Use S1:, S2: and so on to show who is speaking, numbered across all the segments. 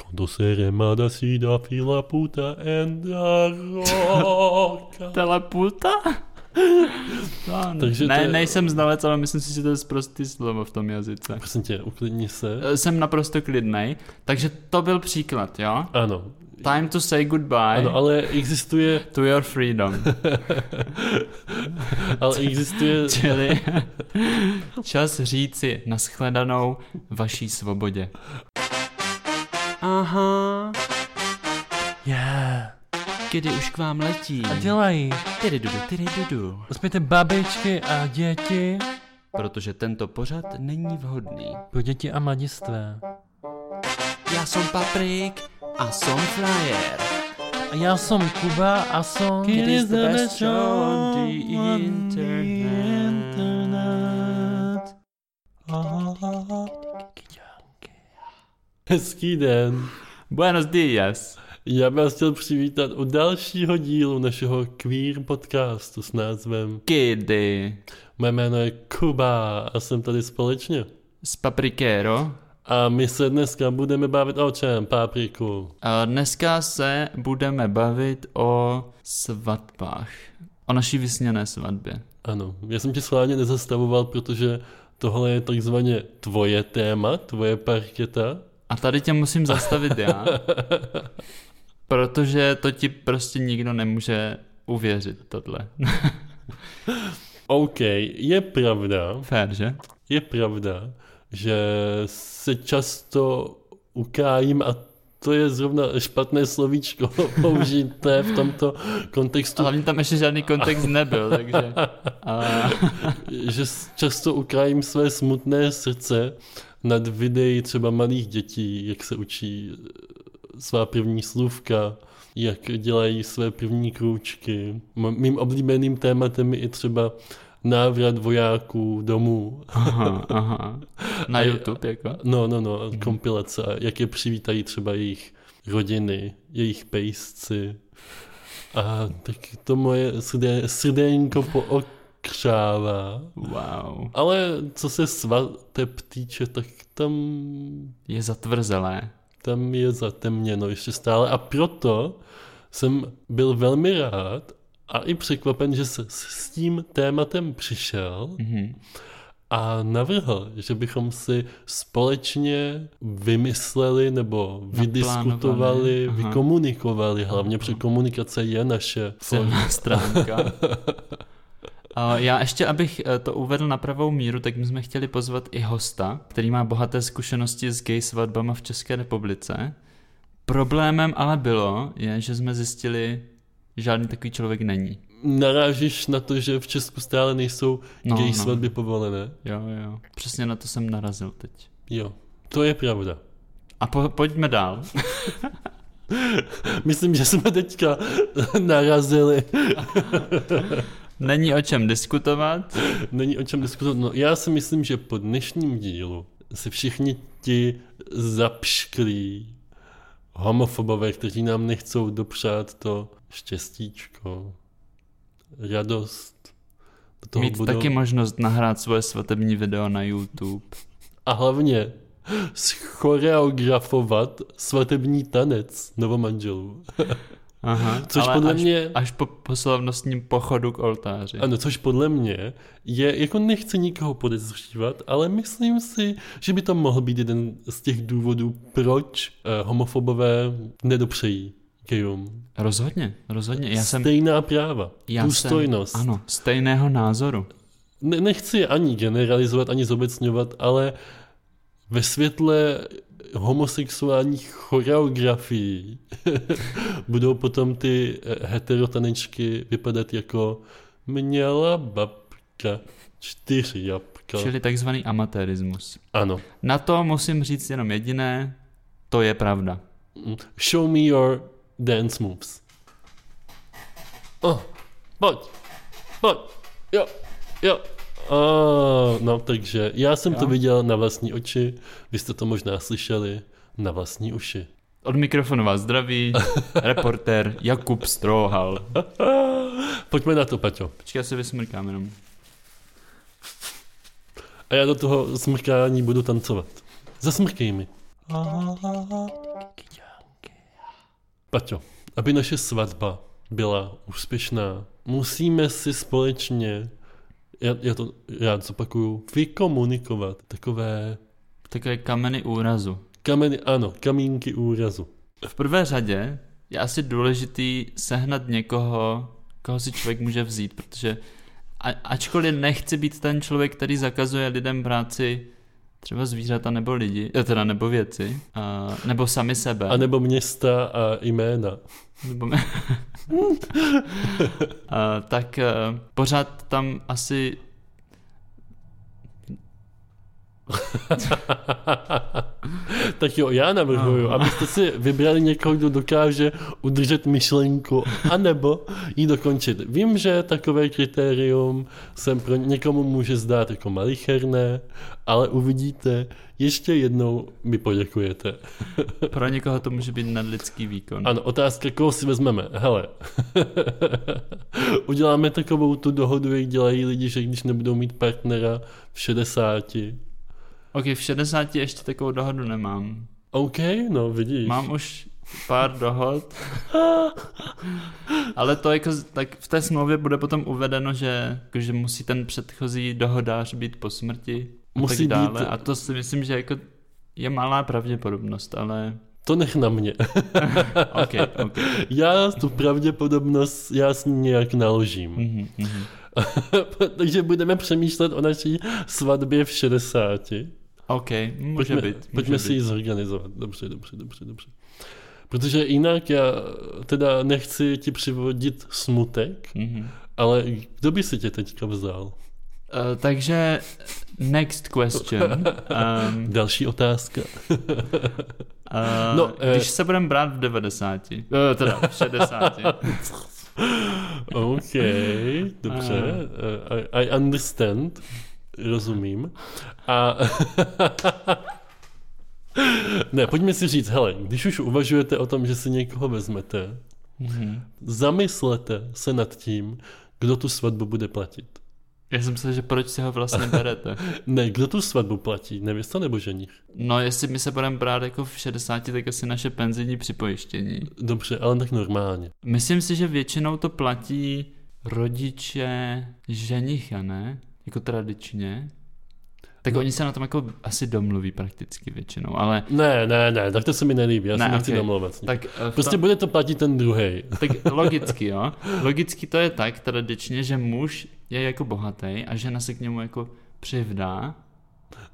S1: Quando seremada si da fila puta and da roka.
S2: Teleputa?
S1: Takže
S2: No, Takže
S1: to
S2: ne,
S1: je-
S2: nejsem znalec, ale myslím si, že to je prostý slovo v tom jazyce.
S1: Prosím tě, uklidni se.
S2: Eh, Jsem naprosto klidnej, takže to byl příklad, jo?
S1: Ano.
S2: Time to say goodbye
S1: Ano, ale existuje,
S2: to your freedom.
S1: ale existuje,
S2: Čili čas říci nashledanou vaší svobodě. Aha,
S3: Yeah.
S2: kdy už k vám letí.
S3: A dělají.
S2: Tyry dudu, tyry dudu.
S3: Uspějte babičky a děti.
S2: Protože tento pořad není vhodný.
S3: Pro děti a mladistvé.
S2: Já jsem Paprik a jsem Flyer.
S3: A já jsem Kuba a jsem...
S2: It is the best show on the internet.
S1: hezký den.
S2: Buenos dias.
S1: Já bych vás chtěl přivítat u dalšího dílu našeho queer podcastu s názvem
S2: Kdy.
S1: Mé jméno je Kuba a jsem tady společně.
S2: S Paprikero.
S1: A my se dneska budeme bavit o čem, Pápriku?
S2: A Dneska se budeme bavit o svatbách. O naší vysněné svatbě.
S1: Ano, já jsem tě schválně nezastavoval, protože tohle je takzvaně tvoje téma, tvoje parketa.
S2: A tady tě musím zastavit já. protože to ti prostě nikdo nemůže uvěřit tohle.
S1: OK, je pravda,
S2: Fér, že?
S1: je pravda, že se často ukájím a to je zrovna špatné slovíčko použité v tomto kontextu,
S2: Hlavně tam ještě žádný kontext nebyl, takže... A...
S1: že s- často ukájím své smutné srdce nad videí třeba malých dětí, jak se učí eh, svá první slůvka, jak dělají své první krůčky. M- Mým oblíbeným tématem je i třeba návrat vojáků domů.
S2: Aha, aha. Na
S1: A-
S2: YouTube jako?
S1: No, no, no, kompilace, jak je přivítají třeba jejich rodiny, jejich pejsci. A tak to moje srdé, srdénko pookřává.
S2: Wow.
S1: Ale co se svateb týče, tak tam,
S2: Je zatvrzelé.
S1: tam je zatemněno ještě stále. A proto jsem byl velmi rád a i překvapen, že se s- s tím tématem přišel
S2: Mhm.
S1: a navrhl, že bychom si společně vymysleli nebo vydiskutovali,
S2: Naplánovali, aha.
S1: vykomunikovali. Hlavně protože komunikace je naše.
S2: Silná stránka. A Já ještě, abych eh, to uvedl na pravou míru, tak my jsme chtěli pozvat i hosta, který má bohaté zkušenosti s gay svatbama v České republice. Problémem ale bylo, je, že jsme zjistili, že žádný takový člověk není.
S1: Narážíš na to, že v Česku stále nejsou
S2: No,
S1: gay
S2: no.
S1: svatby povolené.
S2: Jo, jo. Přesně na to jsem narazil teď.
S1: Jo, to je pravda.
S2: A po, pojďme dál.
S1: Myslím, že jsme teďka narazili.
S2: Není o čem diskutovat.
S1: Není o čem diskutovat. No, já si myslím, že po dnešním dílu se všichni ti zapšklí homofobové, kteří nám nechcou dopřát to štěstíčko, radost. do toho
S2: Mít
S1: budou-
S2: taky možnost nahrát svoje svatební video na YouTube.
S1: A hlavně schoreografovat svatební tanec novomanželů.
S2: Aha,
S1: Což
S2: ale
S1: podle
S2: až,
S1: mě-
S2: Až po, po slavnostním pochodu k oltáři.
S1: Ano, což podle mě je, jako nechci nikoho podezřívat, ale myslím si, že by to mohl být jeden z těch důvodů, proč eh, homofobové nedopřejí gayům.
S2: Rozhodně, rozhodně. Já jsem...
S1: Stejná práva,
S2: Já
S1: důstojnost.
S2: Jsem, ano, stejného názoru.
S1: Ne, nechci je ani generalizovat, ani zobecňovat, ale ve světle homosexuálních choreografií budou potom ty eh, heterotanečky vypadat jako měla babka čtyři jabka.
S2: Čili takzvaný amatérismus.
S1: Ano.
S2: Na to musím říct jenom jediné, to je pravda.
S1: Mm. Show me your dance moves. Oh, pojď, pojď, jo, jo. Oh, no, takže já jsem to viděl na vlastní oči, vy jste to možná slyšeli na vlastní uši.
S2: Od mikrofonu vás zdraví reportér Jakub Strouhal.
S1: Pojďme na to, Paťo.
S2: Počkej, já se vysmrkám jenom.
S1: A já do toho smrkání budu tancovat. Zasmrkej mi.
S3: Aha.
S1: Paťo, aby naše svatba byla úspěšná, musíme si společně, já, já to rád zopakuju, vykomunikovat takové
S2: Takové kameny úrazu.
S1: kameny, ano, kamínky úrazu.
S2: V prvé řadě je asi důležitý sehnat někoho, koho si člověk může vzít, protože a, ačkoliv nechci být ten člověk, který zakazuje lidem brát si třeba zvířata nebo lidi, eh, teda nebo věci, a, nebo sami sebe.
S1: A nebo města a jména.
S2: Nebo me... a, tak eh, pořád tam asi...
S1: Tak jo, já navrhuju,
S2: Aha.
S1: abyste si vybrali někoho, kdo dokáže udržet myšlenku, anebo ji dokončit. Vím, že takové kritérium se pro někomu může zdát jako malicherné, ale uvidíte, ještě jednou mi poděkujete.
S2: Pro někoho to může být nadlidský výkon.
S1: Ano, otázka, koho si vezmeme. Hele, uděláme takovou tu dohodu, jak dělají lidi, že když nebudou mít partnera v 60.
S2: Ok, v 60 ještě takovou dohodu nemám.
S1: OK, no vidíš.
S2: Mám už pár dohod. Ale to jako, tak v té smlouvě bude potom uvedeno, že, jako, že musí ten předchozí dohodář být po smrti a
S1: Musí
S2: tak dále.
S1: být-
S2: A to si myslím, že jako je malá pravděpodobnost, ale
S1: To nech na mě.
S2: ok, ok.
S1: Já tu pravděpodobnost, já s ní nějak naložím.
S2: Mhm, mhm.
S1: Takže budeme přemýšlet o naší svatbě v 60.
S2: Ok, může
S1: Pojďme,
S2: být. Může
S1: pojďme
S2: být.
S1: si ji zorganizovat. Dobře, dobře, dobře, dobře. Protože jinak já teda nechci ti přivodit smutek,
S2: Mhm.
S1: ale kdo by si tě teďka vzal?
S2: Eh, takže next question. Um,
S1: Další otázka.
S2: uh,
S1: No,
S2: no,
S1: eh.
S2: když se budeme brát v 90, uh, teda v 60,
S1: OK, dobře. I, I understand. Rozumím. A... ne, pojďme si říct, hele, když už uvažujete o tom, že si někoho vezmete,
S2: Mhm.
S1: zamyslete se nad tím, kdo tu svatbu bude platit.
S2: já jsem myslel, že proč si ho vlastně berete.
S1: Ne, kdo tu svatbu platí, nevěsta nebo ženich?
S2: No, jestli my se budeme brát jako v 60, tak asi naše penzijní připojištění.
S1: Dobře, ale tak normálně.
S2: Myslím si, že většinou to platí rodiče ženicha, ne? Jako tradičně.
S1: No.
S2: Tak oni se na tom jako asi domluví prakticky většinou, ale
S1: Ne, ne, ne, tak to se mi nelíbí, já ne,
S2: Ne,
S1: se nechci
S2: ok.
S1: okay. domlouvat. s ním.
S2: tak, eh, v
S1: Prostě
S2: tom,
S1: bude to platit ten druhý.
S2: tak logicky, jo. Logicky to je tak tradičně, že muž je jako bohatý a žena se k němu jako přivdá.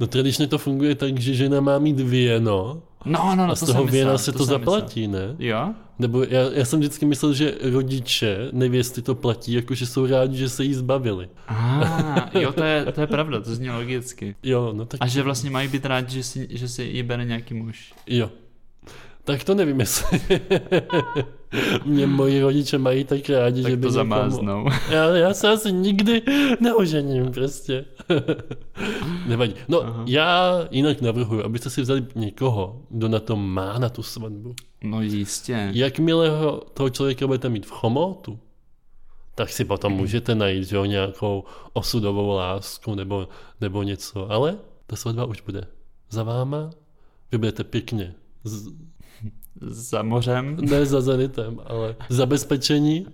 S1: No tradičně to funguje tak, že žena má mít věno,
S2: No, no, no,
S1: A
S2: to
S1: z
S2: jsem
S1: toho
S2: myslel,
S1: věna se to
S2: jsem
S1: zaplatí, ne?
S2: Myslel. Jo?
S1: Nebo já, já jsem vždycky myslel, že rodiče nevěsty to platí, jakože jsou rádi, že se jí zbavili.
S2: Ah, jo, to je, to je pravda, to zní logicky.
S1: Jo, no tak
S2: A že vlastně mají být rádi, že si, že si ji bere nějaký muž.
S1: jo. Tak to nevím, jestli mě moji rodiče mají tak rádi,
S2: Tak
S1: že by
S2: to
S1: někomu-
S2: zamáznou.
S1: Já, já se asi nikdy neožením prostě. Nevadí. No, Aha.
S2: Aha.
S1: já jinak navrhuji, abyste si vzali někoho, kdo na to má na tu svatbu.
S2: No jistě.
S1: Jakmile ho, toho člověka budete mít v chomotu, tak si potom můžete najít že jo, nějakou osudovou lásku nebo, nebo něco. Ale ta svatba už bude za váma, vy budete pěkně, z,
S2: Za mořem.
S1: ne za zenitem, ale zabezpečení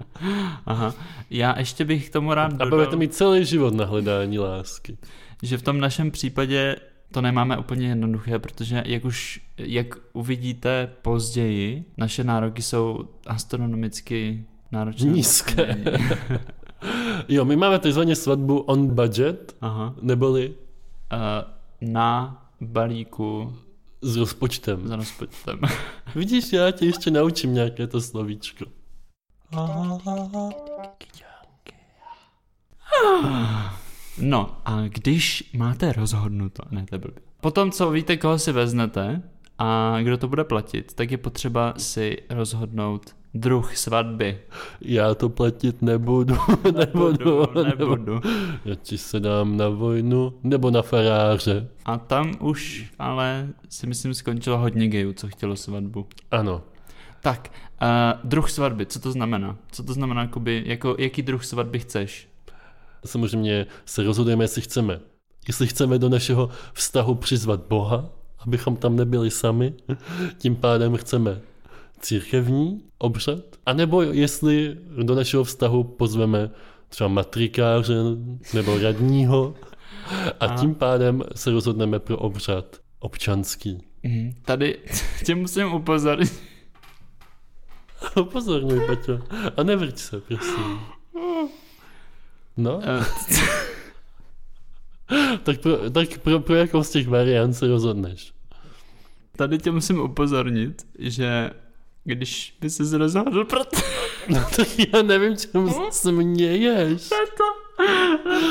S2: Aha. Já ještě bych k tomu rád
S1: a
S2: dodal,
S1: budete mít celý život na hledání lásky.
S2: že v tom našem případě to nemáme úplně jednoduché, protože jak už, jak uvidíte později, naše nároky jsou astronomicky náročné.
S1: Nízké. Jo, my máme takzvaně svatbu on budget,
S2: Aha.
S1: neboli
S2: Uh, na balíku
S1: s rozpočtem.
S2: za rozpočtem.
S1: Vidíš, já tě ještě naučím nějaké to slovíčko.
S2: No a když máte rozhodnuto, ne to je blbě. Potom co víte, koho si veznete a kdo to bude platit, tak je potřeba si rozhodnout druh svatby.
S1: Já to platit nebudu, nebudu, nebudu. nebudu.
S2: nebudu.
S1: Já ti se dám na vojnu, nebo na faráře.
S2: A tam už ale si myslím skončilo hodně gejů, co chtělo svatbu.
S1: Ano.
S2: Tak, uh, druh svatby, co to znamená? Co to znamená, jakoby, jako, jaký druh svatby chceš?
S1: Samozřejmě se rozhodujeme, jestli chceme. Jestli chceme do našeho vztahu přizvat Boha, abychom tam nebyli sami, tím pádem chceme církevní obřad, anebo jestli do našeho vztahu pozveme třeba matrikáře nebo radního a
S2: A-
S1: tím pádem se rozhodneme pro obřad občanský.
S2: Mhm. Tady tě musím upozornit.
S1: No, Upozorňuj, Peťo. A nevrť se, prosím. No,
S2: Eh,
S1: tak, pro, tak pro, pro jakou z těch variant se rozhodneš?
S2: Tady tě musím upozornit, že když by se rozhodl pro to,
S1: No tak já nevím,
S2: Hmm?
S1: čemu se měješ.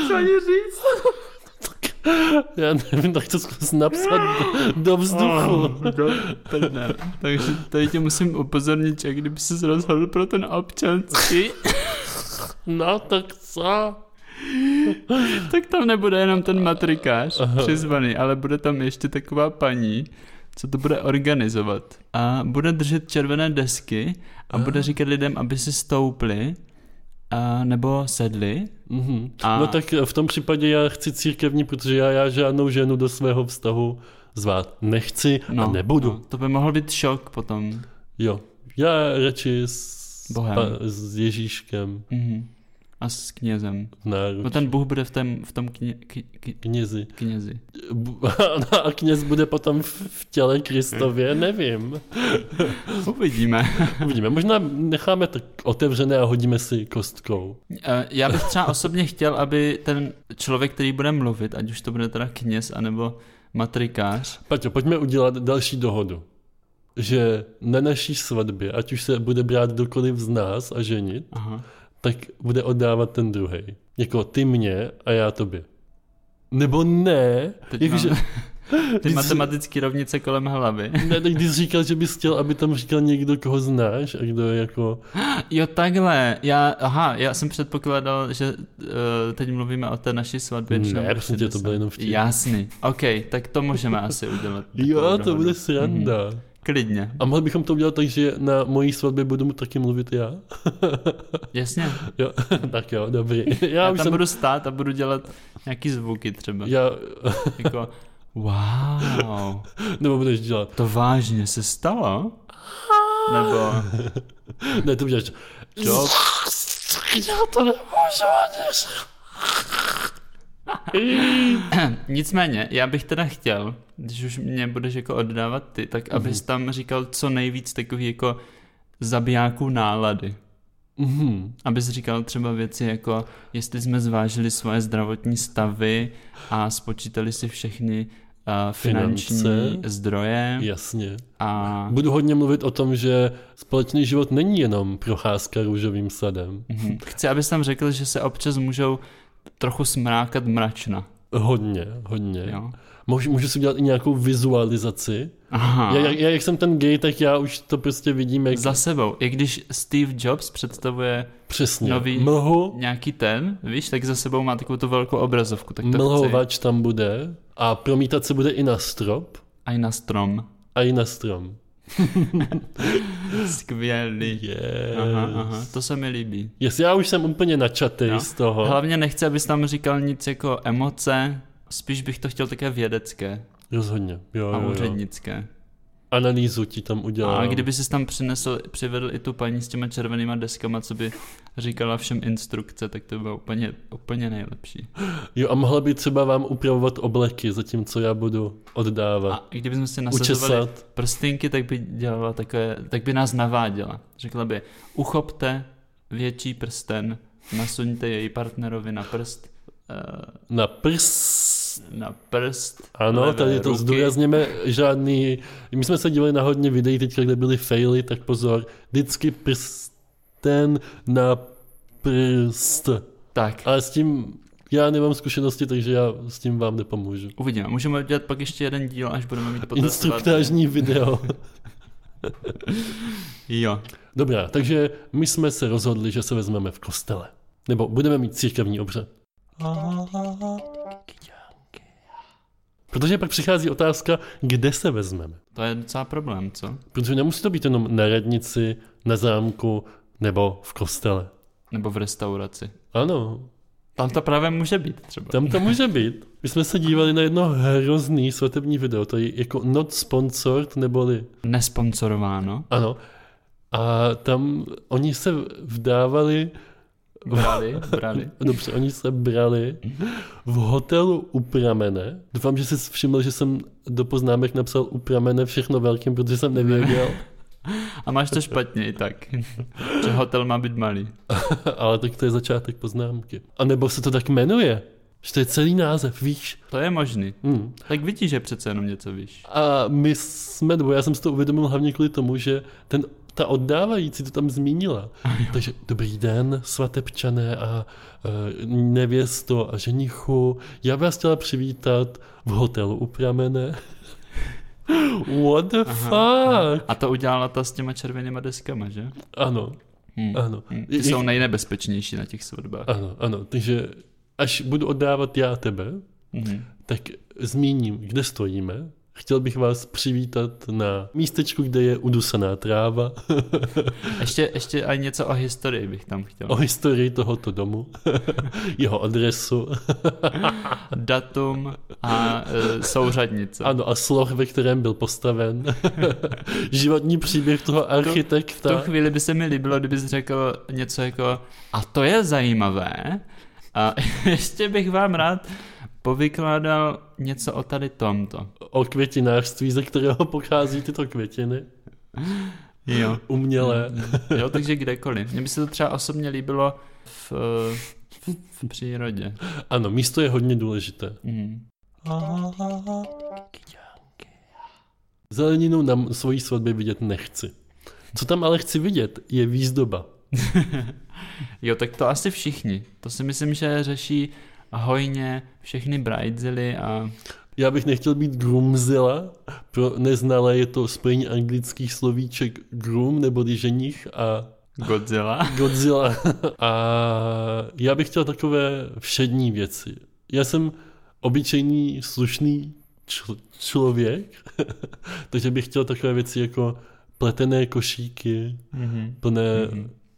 S2: co ani říct.
S1: Já nevím, tak to zkus napsat do, do
S2: Ah.
S1: vzduchu.
S2: Oh Prdel. Takže tady tě musím upozornit, že kdyby se rozhodl pro ten občanský,
S1: No tak co?
S2: tak tam nebude jenom ten matrikář přizvaný, ale bude tam ještě taková paní, co to bude organizovat. A bude držet červené desky a
S1: Ah.
S2: bude říkat lidem, aby si stoupli a, nebo sedli.
S1: Mhm.
S2: A-
S1: No tak v tom případě já chci církevní, protože já, já žádnou ženu do svého vztahu zvát nechci no, a nebudu.
S2: No, to by mohl být šok potom.
S1: Jo, já radši s,
S2: Bohem.
S1: Pa, s Ježíškem
S2: Mhm. A s knězem.
S1: v náručí.
S2: No ten Bůh bude v tom, v tom kně, kně, kně-
S1: Knězi.
S2: knězi.
S1: Bu- A kněz bude potom v v těle Kristově, nevím.
S2: Uvidíme.
S1: Uvidíme, možná necháme tak otevřené a hodíme si kostkou.
S2: Eh, Já bych třeba osobně chtěl, aby ten člověk, který bude mluvit, ať už to bude teda kněz anebo matrikář,
S1: Paťo, pojďme udělat další dohodu. Že na naší svatbě, ať už se bude brát kdokoliv z nás a ženit,
S2: aha,
S1: tak bude oddávat ten druhý. Jako ty mě a já tobě. Nebo ne,
S2: Teď
S1: jakože,
S2: mám- ty
S1: Ty-
S2: matematické rovnice kolem hlavy.
S1: ne, tak když jsi říkal, že bys chtěl, aby tam říkal někdo, koho znáš a kdo je jako,
S2: Jo, takhle. Já, aha, já jsem předpokládal, že uh, teď mluvíme o té naší svatbě.
S1: Ne,
S2: že tam
S1: prosím tě, to byl jenom vtip.
S2: Jasný. OK, tak to můžeme asi udělat.
S1: jo, to
S2: takovou dohodu. Mhm.
S1: bude sranda.
S2: Klidně,
S1: A mohli bychom to udělat tak, že na mojí svatbě budu mu taky mluvit já?
S2: jasně.
S1: Jo, tak jo, dobrý. Já,
S2: Já, já
S1: už
S2: tam
S1: jsem...
S2: budu stát a budu dělat nějaký zvuky třeba.
S1: Já,
S2: Jako, wow.
S1: nebo budeš dělat.
S2: To vážně se stalo? Nebo
S1: Ne, to uděláš.
S2: jo,
S1: Já to nemůžu ani
S2: nicméně, já bych teda chtěl, když už mě budeš jako oddávat ty, tak abys tam říkal co nejvíc takový jako zabijáků nálady.
S1: Mhm.
S2: Abys říkal třeba věci jako, jestli jsme zvážili svoje zdravotní stavy a spočítali si všechny uh, finanční
S1: Finance.
S2: zdroje
S1: Jasně.
S2: a...
S1: Budu hodně mluvit o tom, že společný život není jenom procházka růžovým sadem.
S2: Mhm. Chci, abys tam řekl, že se občas můžou trochu smrákat mračna.
S1: Hodně, hodně.
S2: Mhm. Jo?
S1: Můžu, můžu si udělat i nějakou vizualizaci.
S2: Aha.
S1: Já, já, já, jak jsem ten gay, tak já už to prostě vidím, jak
S2: Za sebou. I když Steve Jobs představuje
S1: přesně
S2: nový-
S1: mlhu,
S2: nějaký ten, víš, tak za sebou má takovou tu velkou obrazovku. Tak to chci.
S1: mlhovač tam bude a promítat se bude i na strop
S2: A i na strom.
S1: a i na strom.
S2: Skvělý.
S1: Yes.
S2: Aha, aha, to se mi líbí.
S1: Yes, já už jsem úplně načatý
S2: No.
S1: no. z toho.
S2: Hlavně nechci, abys tam říkal nic jako emoce, spíš bych to chtěl také vědecké
S1: Rozhodně, jo,
S2: a
S1: jo, jo.
S2: úřednické.
S1: Analýzu ti tam udělám.
S2: A kdyby jsi tam přinesl, přivedl i tu paní s těma červenýma deskama, co by říkala všem instrukce, tak to by bylo úplně, úplně nejlepší.
S1: Jo, a mohla by třeba vám upravovat obleky, zatímco já budu oddávat.
S2: A i kdybychom si nasazovali
S1: Učesat.
S2: prstinky, tak by dělala takové, tak by nás naváděla. Řekla by, uchopte větší prsten, nasuňte jej partnerovi na prst, eh,
S1: Na prst.
S2: na prst.
S1: Ano,
S2: levé
S1: tady to
S2: ruky.
S1: zdůrazněme, žádný... My jsme se dívali na hodně videí teďka, kde byly faily, tak pozor, vždycky prsten na prst.
S2: Tak,
S1: Ale s tím já nemám zkušenosti, takže já s tím vám nepomůžu.
S2: uvidíme. Můžeme dělat pak ještě jeden díl, až budeme mít poté
S1: Instruktážní video.
S2: Jo,
S1: Dobrá, takže my jsme se rozhodli, že se vezmeme v kostele. Nebo budeme mít církevní obřad. Protože pak přichází otázka, kde se vezmeme.
S2: to je docela problém, co?
S1: Protože nemusí to být jenom na radnici, na zámku nebo v kostele.
S2: Nebo v restauraci.
S1: Ano,
S2: Tam to právě může být třeba.
S1: tam to může být. My jsme se dívali na jedno hrozný svatební video, to je jako not sponsored, neboli
S2: Nesponsorováno.
S1: Ano. A tam oni se vdávali,
S2: Brali, brali.
S1: dobře, oni se brali v hotelu u pramene. Doufám, že jsi všiml, že jsem do poznámek napsal u pramene všechno velkým, protože jsem nevěděl,
S2: A máš to špatně i tak. Že hotel má být malý.
S1: ale tak to je začátek poznámky. A nebo se to tak jmenuje, že to je celý název, víš?
S2: To je možný.
S1: Hmm.
S2: Tak vidíš, že přece jenom něco víš.
S1: A my jsme dvoje, já jsem si to uvědomil hlavně kvůli tomu, že ten, ta oddávající to tam zmínila. Takže dobrý den, svatebčané a e, nevěsto a ženichu. Já bych vás chtěla přivítat v hotelu u pramene. What the
S2: aha.
S1: fuck?
S2: A to udělala ta s těma červenýma deskama, že?
S1: Ano,
S2: Hm.
S1: ano.
S2: Hm. Ty
S1: I-
S2: jsou nejnebezpečnější na těch svatbách.
S1: Ano, ano. Takže až budu oddávat já tebe,
S2: Mhm.
S1: tak zmíním, kde stojíme. Chtěl bych vás přivítat na místečku, kde je udusaná tráva.
S2: Ještě, ještě aj něco o historii bych tam chtěl.
S1: o historii tohoto domu, jeho adresu,
S2: Datum a e, souřadnice.
S1: ano, a sloh, ve kterém byl postaven, životní příběh toho
S2: V tu
S1: architekta.
S2: chvíli by se mi líbilo, kdybys řekl něco jako a to je zajímavé a ještě bych vám rád povykládal něco o tady tomto.
S1: O květinářství, ze kterého pochází tyto květiny,
S2: Jo. Mm,
S1: umělé.
S2: Jo, takže kdekoliv. Mně by se to třeba osobně líbilo v, v, v přírodě.
S1: Ano, místo je hodně důležité.
S2: Mm.
S1: Zeleninu na m- svojí svatbě vidět nechci. Co tam ale chci vidět, je výzdoba.
S2: Jo, tak to asi všichni. To si myslím, že řeší hojně všechny bridezily a
S1: Já bych nechtěl být groomzilla, pro neznalé je to spojení anglických slovíček groom, nebo ženich a
S2: Godzilla.
S1: Godzilla. A já bych chtěl takové všední věci. Já jsem obyčejný, slušný čl- člověk, takže bych chtěl takové věci jako pletené košíky,
S2: Mm-hmm.
S1: plné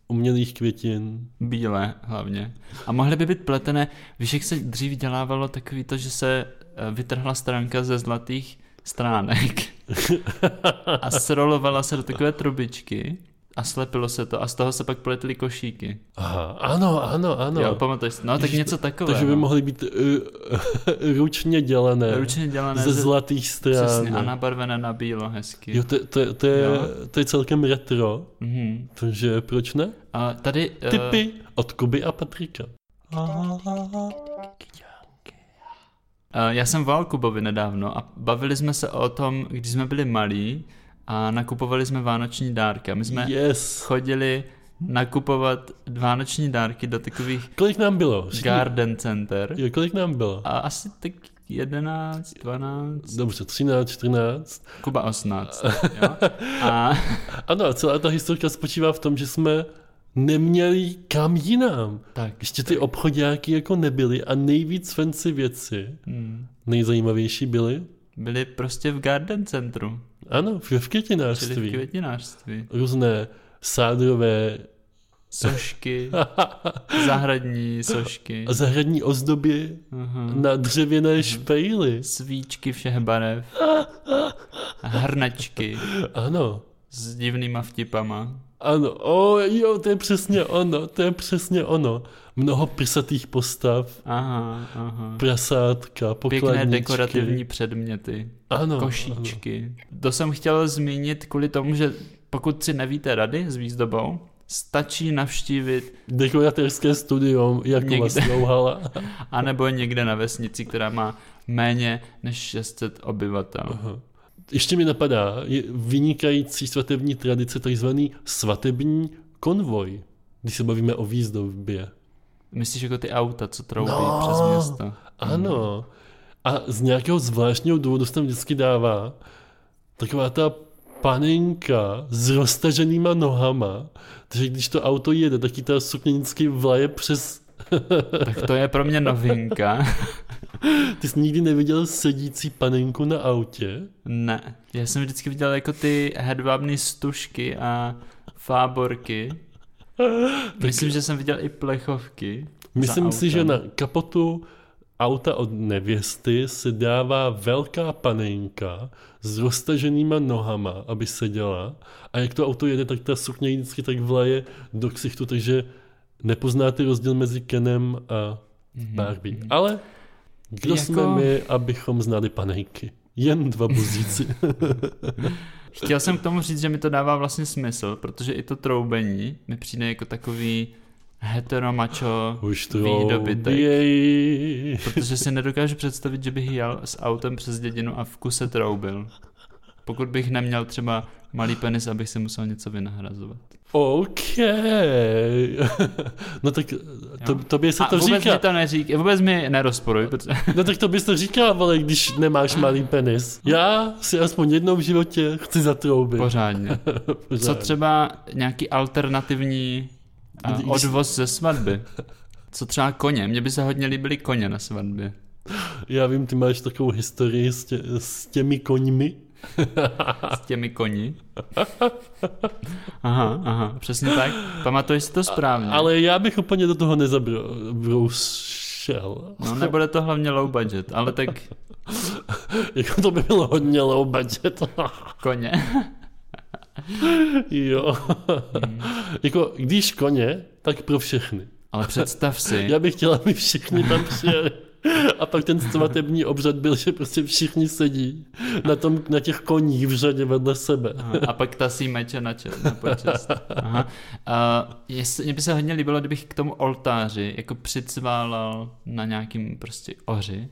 S1: umělých květin.
S2: Bílé hlavně. A mohly by být pletené, víš, jak se dřív dělávalo takový to, že se eh, vytrhla stránka ze zlatých stránek a srolovala se do takové trubičky a slepilo se to a z toho se pak pletly košíky.
S1: Aha, ano, ano, ano.
S2: No. Jo, pamatuješ si? No, tak
S1: Ježiš,
S2: něco takového.
S1: takže by mohly být uh, ručně dělané.
S2: Ručně dělané
S1: ze zlatých
S2: Přesně, a
S1: stran.
S2: nabarvené na bílo, hezky.
S1: Jo, to, to, to, je,
S2: Jo.
S1: to je celkem retro,
S2: Mhm.
S1: takže proč ne?
S2: A tady... eh,
S1: Tipy od Kuby a Patrika.
S2: Eh, Já jsem volal Kubovi nedávno a bavili jsme se o tom, když jsme byli malí a nakupovali jsme vánoční dárky. A my jsme
S1: Yes.
S2: chodili nakupovat vánoční dárky do takových
S1: Kolik nám bylo? Řekni-
S2: garden center.
S1: Jo, kolik nám bylo?
S2: A asi tak 11, 12,
S1: Dobře, 13, 14.
S2: Kuba 18. Jo? A
S1: Ano, a celá ta historka spočívá v tom, že jsme neměli kam jinam.
S2: tak.
S1: Ještě ty obchodáky jako nebyly a nejvíc fancy věci,
S2: hm,
S1: nejzajímavější byly,
S2: Byli prostě v garden centru,
S1: ano, v, v
S2: čili v
S1: květinářství.
S2: květinářství.
S1: Různé sádrové
S2: Sošky, zahradní sošky,
S1: zahradní ozdoby
S2: aha.
S1: na
S2: Mhm.
S1: dřevěné špejly.
S2: svíčky všech barev, hrnečky
S1: Ano,
S2: s divnýma vtipama.
S1: Ano, o, jo, to je přesně ono, to je přesně ono. Mnoho prsatých postav,
S2: Aha, aha.
S1: prasátka, pokladničky.
S2: Pěkné dekorativní předměty.
S1: ano,
S2: košíčky.
S1: no,
S2: To jsem chtěl zmínit kvůli tomu, že pokud si nevíte rady s výzdobou, stačí navštívit
S1: Ano. Dekoratorské studium, Jakuba
S2: Někde.
S1: Slouhala.
S2: anebo někde na vesnici, která má méně než 600 obyvatel.
S1: Aha. Ještě mi napadá je vynikající svatební tradice, takzvaný svatební konvoj, když se bavíme o výzdobě.
S2: Myslíš jako ty auta, co troubí
S1: No.
S2: přes město?
S1: Ano. A z nějakého zvláštního důvodu se tam vždycky dává taková ta panenka s roztaženýma nohama, takže když to auto jede, tak jí ta sukně vždycky vlaje přes...
S2: Tak to je pro mě novinka.
S1: Ty jsi nikdy neviděl sedící panenku na autě?
S2: Ne, já jsem vždycky viděl jako ty hedvábné stužky a fáborky. Myslím, že jsem viděl i plechovky. za
S1: Myslím si,
S2: autem.
S1: že na kapotu auta od nevěsty se dává velká panenka s roztaženýma nohama, aby seděla. A jak to auto jede, tak ta sukně jí vždycky tak vlaje do ksichtu, takže nepoznáte rozdíl mezi Kenem a Barbie. Ale kdo
S2: Mhm, Jako-
S1: jsme my, abychom znali panenky? Jen dva buzíci.
S2: Chtěl jsem k tomu říct, že mi to dává vlastně smysl, protože i to troubení mi přijde jako takový heteromačo
S1: Už
S2: výdobytek.
S1: trouběj.
S2: Protože si nedokážu představit, že bych jel s autem přes dědinu a v kuse troubil. Pokud bych neměl třeba malý penis, abych si musel něco vynahrazovat.
S1: OK. no tak to,
S2: Jo.
S1: tobě se
S2: a
S1: to
S2: vůbec
S1: říká.
S2: mi to neřík, vůbec mi nerozporuj, protože
S1: No tak to bys to říkal, ale když nemáš malý penis. Já si aspoň jednou v životě chci zatroubit.
S2: pořádně. Co
S1: Pořád.
S2: třeba nějaký alternativní a,
S1: Když-
S2: odvoz ze svatby? Co třeba koně? Mně by se hodně líbily koně na svatbě.
S1: Já vím, ty máš takovou historii s, tě, s těmi koňmi.
S2: S těmi koni. Aha, aha, přesně tak. Pamatuješ si to správně.
S1: Ale já bych úplně do toho nezabroušel.
S2: No nebude to hlavně low budget, ale tak
S1: Jako to by bylo hodně low budget.
S2: koně.
S1: jo.
S2: Hmm.
S1: jako když koně, tak pro všechny.
S2: Ale představ si,
S1: Já bych chtěl, aby všichni tam přijeli. A pak ten svatební obřad byl, že prostě všichni sedí na, tom, na těch koních v řadě vedle sebe.
S2: Aha, A pak ta si meče na, čest, na počest. Aha. A jestli, mě by se hodně líbilo, kdybych k tomu oltáři jako přicválal na nějakým prostě oři,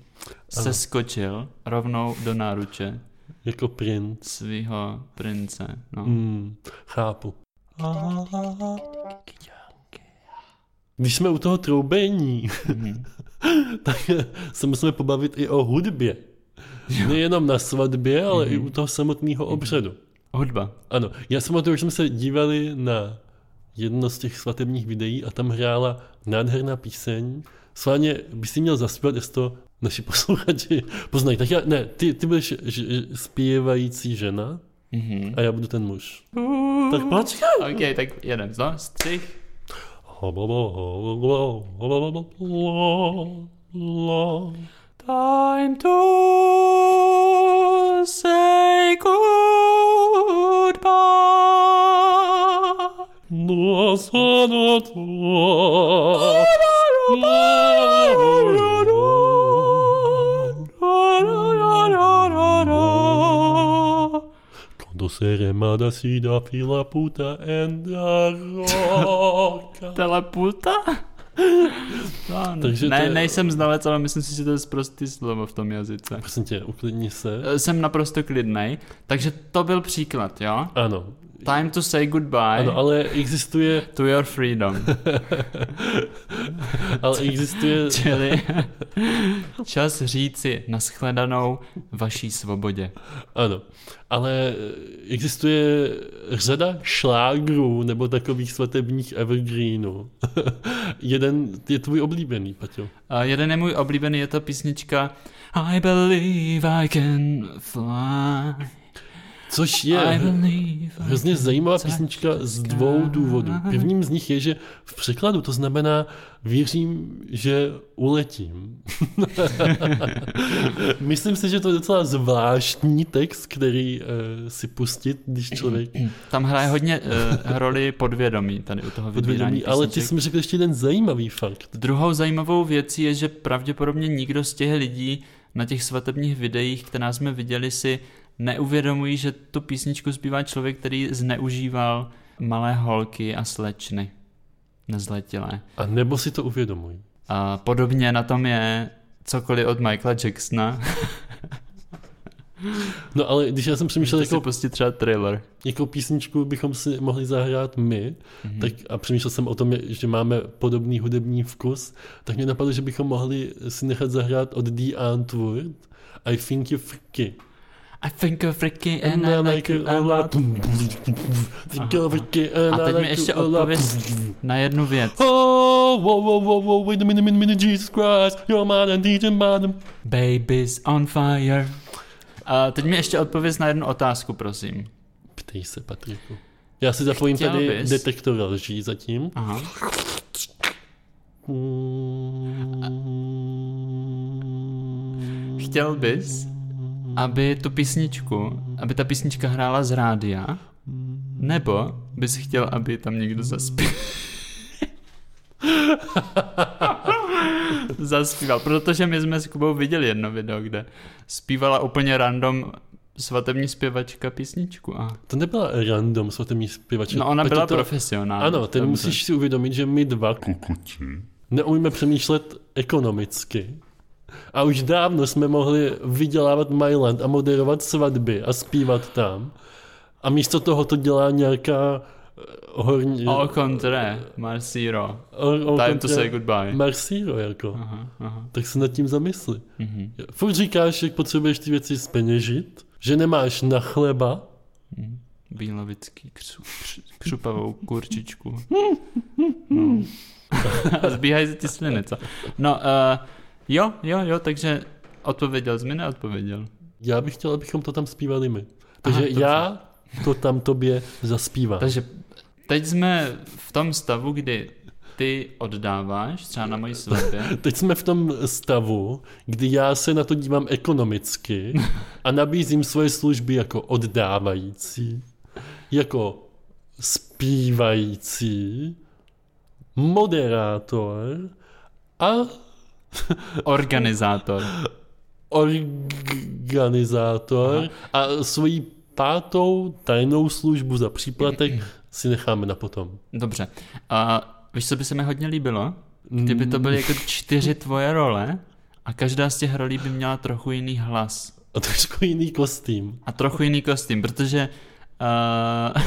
S2: seskočil rovnou do náruče
S1: Jako princ.
S2: svého prince. No.
S1: Hmm, chápu. Když jsme u toho troubení,
S2: Mhm.
S1: tak se musíme pobavit i o hudbě. Nejenom na svatbě, ale i u toho samotného obřadu.
S2: Hudba.
S1: Ano, já jsem o tom, že jsme se dívali na jedno z těch svatebních videí a tam hrála nádherná píseň. Sváně, bys si měl zaspívat, jestli to naši posluchači poznají. Tak já, ne, ty, ty budeš ž, ž, zpívající žena
S2: Mhm.
S1: a já budu ten muž. Tak počkej.
S2: OK, tak jedem. No, střih. Time to say goodbye.
S1: Quando se remada si da fila puta and a roca.
S2: Teleputa? No,
S1: Takže to
S2: ne,
S1: je-
S2: nejsem znalec, ale myslím si, že to je prostý slovo v tom jazyce.
S1: Prosím tě, uklidni se.
S2: Eh, Jsem naprosto klidnej, takže to byl příklad, jo?
S1: Ano,
S2: Time to say goodbye
S1: ano, ale existuje,
S2: to your freedom.
S1: ale existuje,
S2: Čili čas říci nashledanou vaší svobodě.
S1: ano, ale existuje řada šlágrů nebo takových svatebních evergreenů. Jeden je tvůj oblíbený, Paťo.
S2: A jeden je můj oblíbený, je ta písnička I believe I can fly.
S1: Což je
S2: I
S1: hro-
S2: believe I
S1: hrozně zajímavá písnička z dvou důvodů. Prvním z nich je, že v překladu to znamená věřím, že uletím. Myslím si, že to je docela zvláštní text, který eh, si pustit, když člověk
S2: Tam hraje hodně uh, roli podvědomí tady u toho vybírání
S1: podvědomí. Ale ty
S2: písniček.
S1: jsi mi řekl ještě jeden zajímavý fakt.
S2: Druhou zajímavou věcí je, že pravděpodobně nikdo z těch lidí na těch svatebních videích, která jsme viděli, si neuvědomují, že tu písničku zpívá člověk, který zneužíval malé holky a slečny nezletilé.
S1: A nebo si to uvědomuj.
S2: A podobně na tom je cokoliv od Michaela Jacksona.
S1: No ale když já jsem přemýšlel,
S2: Můžete si
S1: jako,
S2: pustit prostě třeba trailer.
S1: jakou písničku bychom si mohli zahrát my,
S2: Mhm.
S1: tak a přemýšlel jsem o tom, že máme podobný hudební vkus, tak mě napadlo, že bychom mohli si nechat zahrát od The Antwoord I think you freaky.
S2: I think you're freaky and I like you a lot.
S1: Think you're freaky and
S2: A
S1: I
S2: teď mi
S1: like
S2: ještě
S1: you a lot.
S2: odpověz na jednu věc.
S1: Oh, whoa, whoa, whoa, whoa, wait a minute, minute, minute, Jesus Christ, you're mad and DJ mad.
S2: Baby's on fire. A teď mi ještě odpověz na jednu otázku, prosím.
S1: Ptej se, Patriku. Já si zapojím
S2: Chtěl
S1: tady
S2: bys?
S1: detektor lží zatím.
S2: Aha.
S1: Mm.
S2: chtěl bys, aby tu písničku, aby ta písnička hrála z rádia, nebo bys chtěl, aby tam někdo zaspíval? zaspíval, protože my jsme s Kubou viděli jedno video, kde zpívala úplně random svatební zpěvačka písničku. A...
S1: To nebyla random svatební zpěvačka.
S2: No ona
S1: Petě,
S2: byla
S1: to...
S2: profesionální.
S1: Ano, ty
S2: Dobře.
S1: musíš si uvědomit, že my dva kukuti neumíme přemýšlet ekonomicky. A už dávno jsme mohli vydělávat Myland a moderovat svatby a zpívat tam. A místo toho to dělá nějaká eh, horní...
S2: Au contraire, Marciro.
S1: o- o-
S2: Time to say goodbye. Hmm.
S1: Marsíro, jako.
S2: Aha, aha.
S1: Tak se nad tím zamysli.
S2: Mhm.
S1: Furt říkáš, jak potřebuješ ty věci zpeněžit, že nemáš na chleba,
S2: Bílovický křu, křu, křupavou kurčičku. No. A zbíhají se ti sliny, co? No, uh, jo, jo, jo, takže odpověděl jsi mi, neodpověděl.
S1: já bych chtěl, abychom to tam zpívali my. Takže
S2: Aha,
S1: Aha,
S2: dobře.
S1: já to tam tobě zaspívám.
S2: Takže teď jsme v tom stavu, kdy ty oddáváš, třeba na moji svatbě.
S1: Teď jsme v tom stavu, kdy já se na to dívám ekonomicky a nabízím svoje služby jako oddávající, jako zpívající, moderátor a
S2: Organizátor.
S1: organizátor a svoji pátou tajnou službu za příplatek si necháme na potom.
S2: Dobře. A víš, co by se mi hodně líbilo? Kdyby to byly jako čtyři tvoje role a každá z těch rolí by měla trochu jiný hlas.
S1: A trošku jiný kostým.
S2: A trochu jiný kostým, protože uh,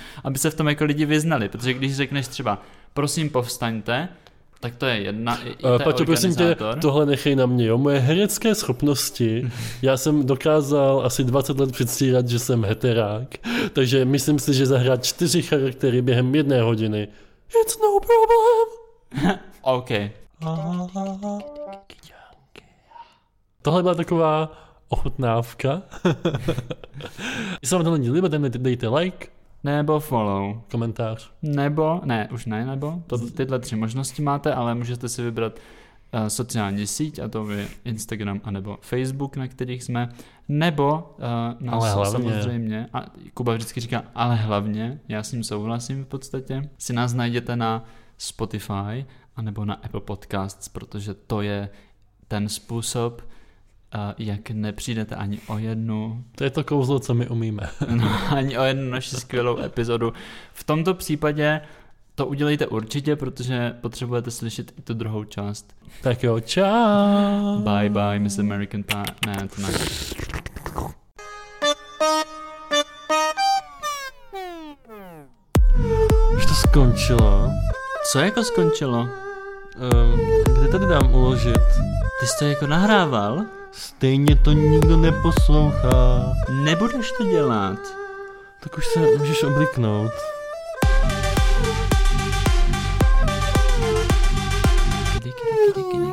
S2: aby se v tom jako lidi vyznali, protože když řekneš třeba prosím povstaňte, tak to je jedna, i- i to je
S1: Eh, Paťo, prosím tě,
S2: organizátor.
S1: tohle nechej na mě, jo. Moje herecké schopnosti, já jsem dokázal asi 20 let předstírat, že jsem heterák, takže myslím si, že zahrát čtyři charaktery během jedné hodiny, it's no problem.
S2: OK.
S1: Tohle byla taková ochutnávka. Jestli vám tohle díl líbil, dejte- dejte like,
S2: Nebo follow.
S1: komentář.
S2: Nebo, ne, už ne, nebo. To, tyhle tři možnosti máte, ale můžete si vybrat eh, sociální síť, a to je Instagram anebo Facebook, na kterých jsme, nebo uh, nás
S1: Ale hlavně.
S2: samozřejmě, a Kuba vždycky říká, ale hlavně, já s ním souhlasím v podstatě, si nás najdete na Spotify anebo na Apple Podcasts, protože to je ten způsob, eh, jak nepřijdete ani o jednu
S1: To je to kouzlo, co my umíme.
S2: No, ani o jednu naši skvělou epizodu. V tomto případě to udělejte určitě, protože potřebujete slyšet i tu druhou část.
S1: Tak jo, čau.
S2: Bye bye, Miss American Pie. Ne, to ne.
S1: Už to skončilo.
S2: Co jako skončilo?
S1: Um, kde tady dám uložit?
S2: Ty jsi to jako nahrával?
S1: Stejně to nikdo neposlouchá.
S2: Nebudeš to dělat.
S1: Tak už se můžeš obliknout.
S2: Kdy, kdy, kdy, kdy, kdy.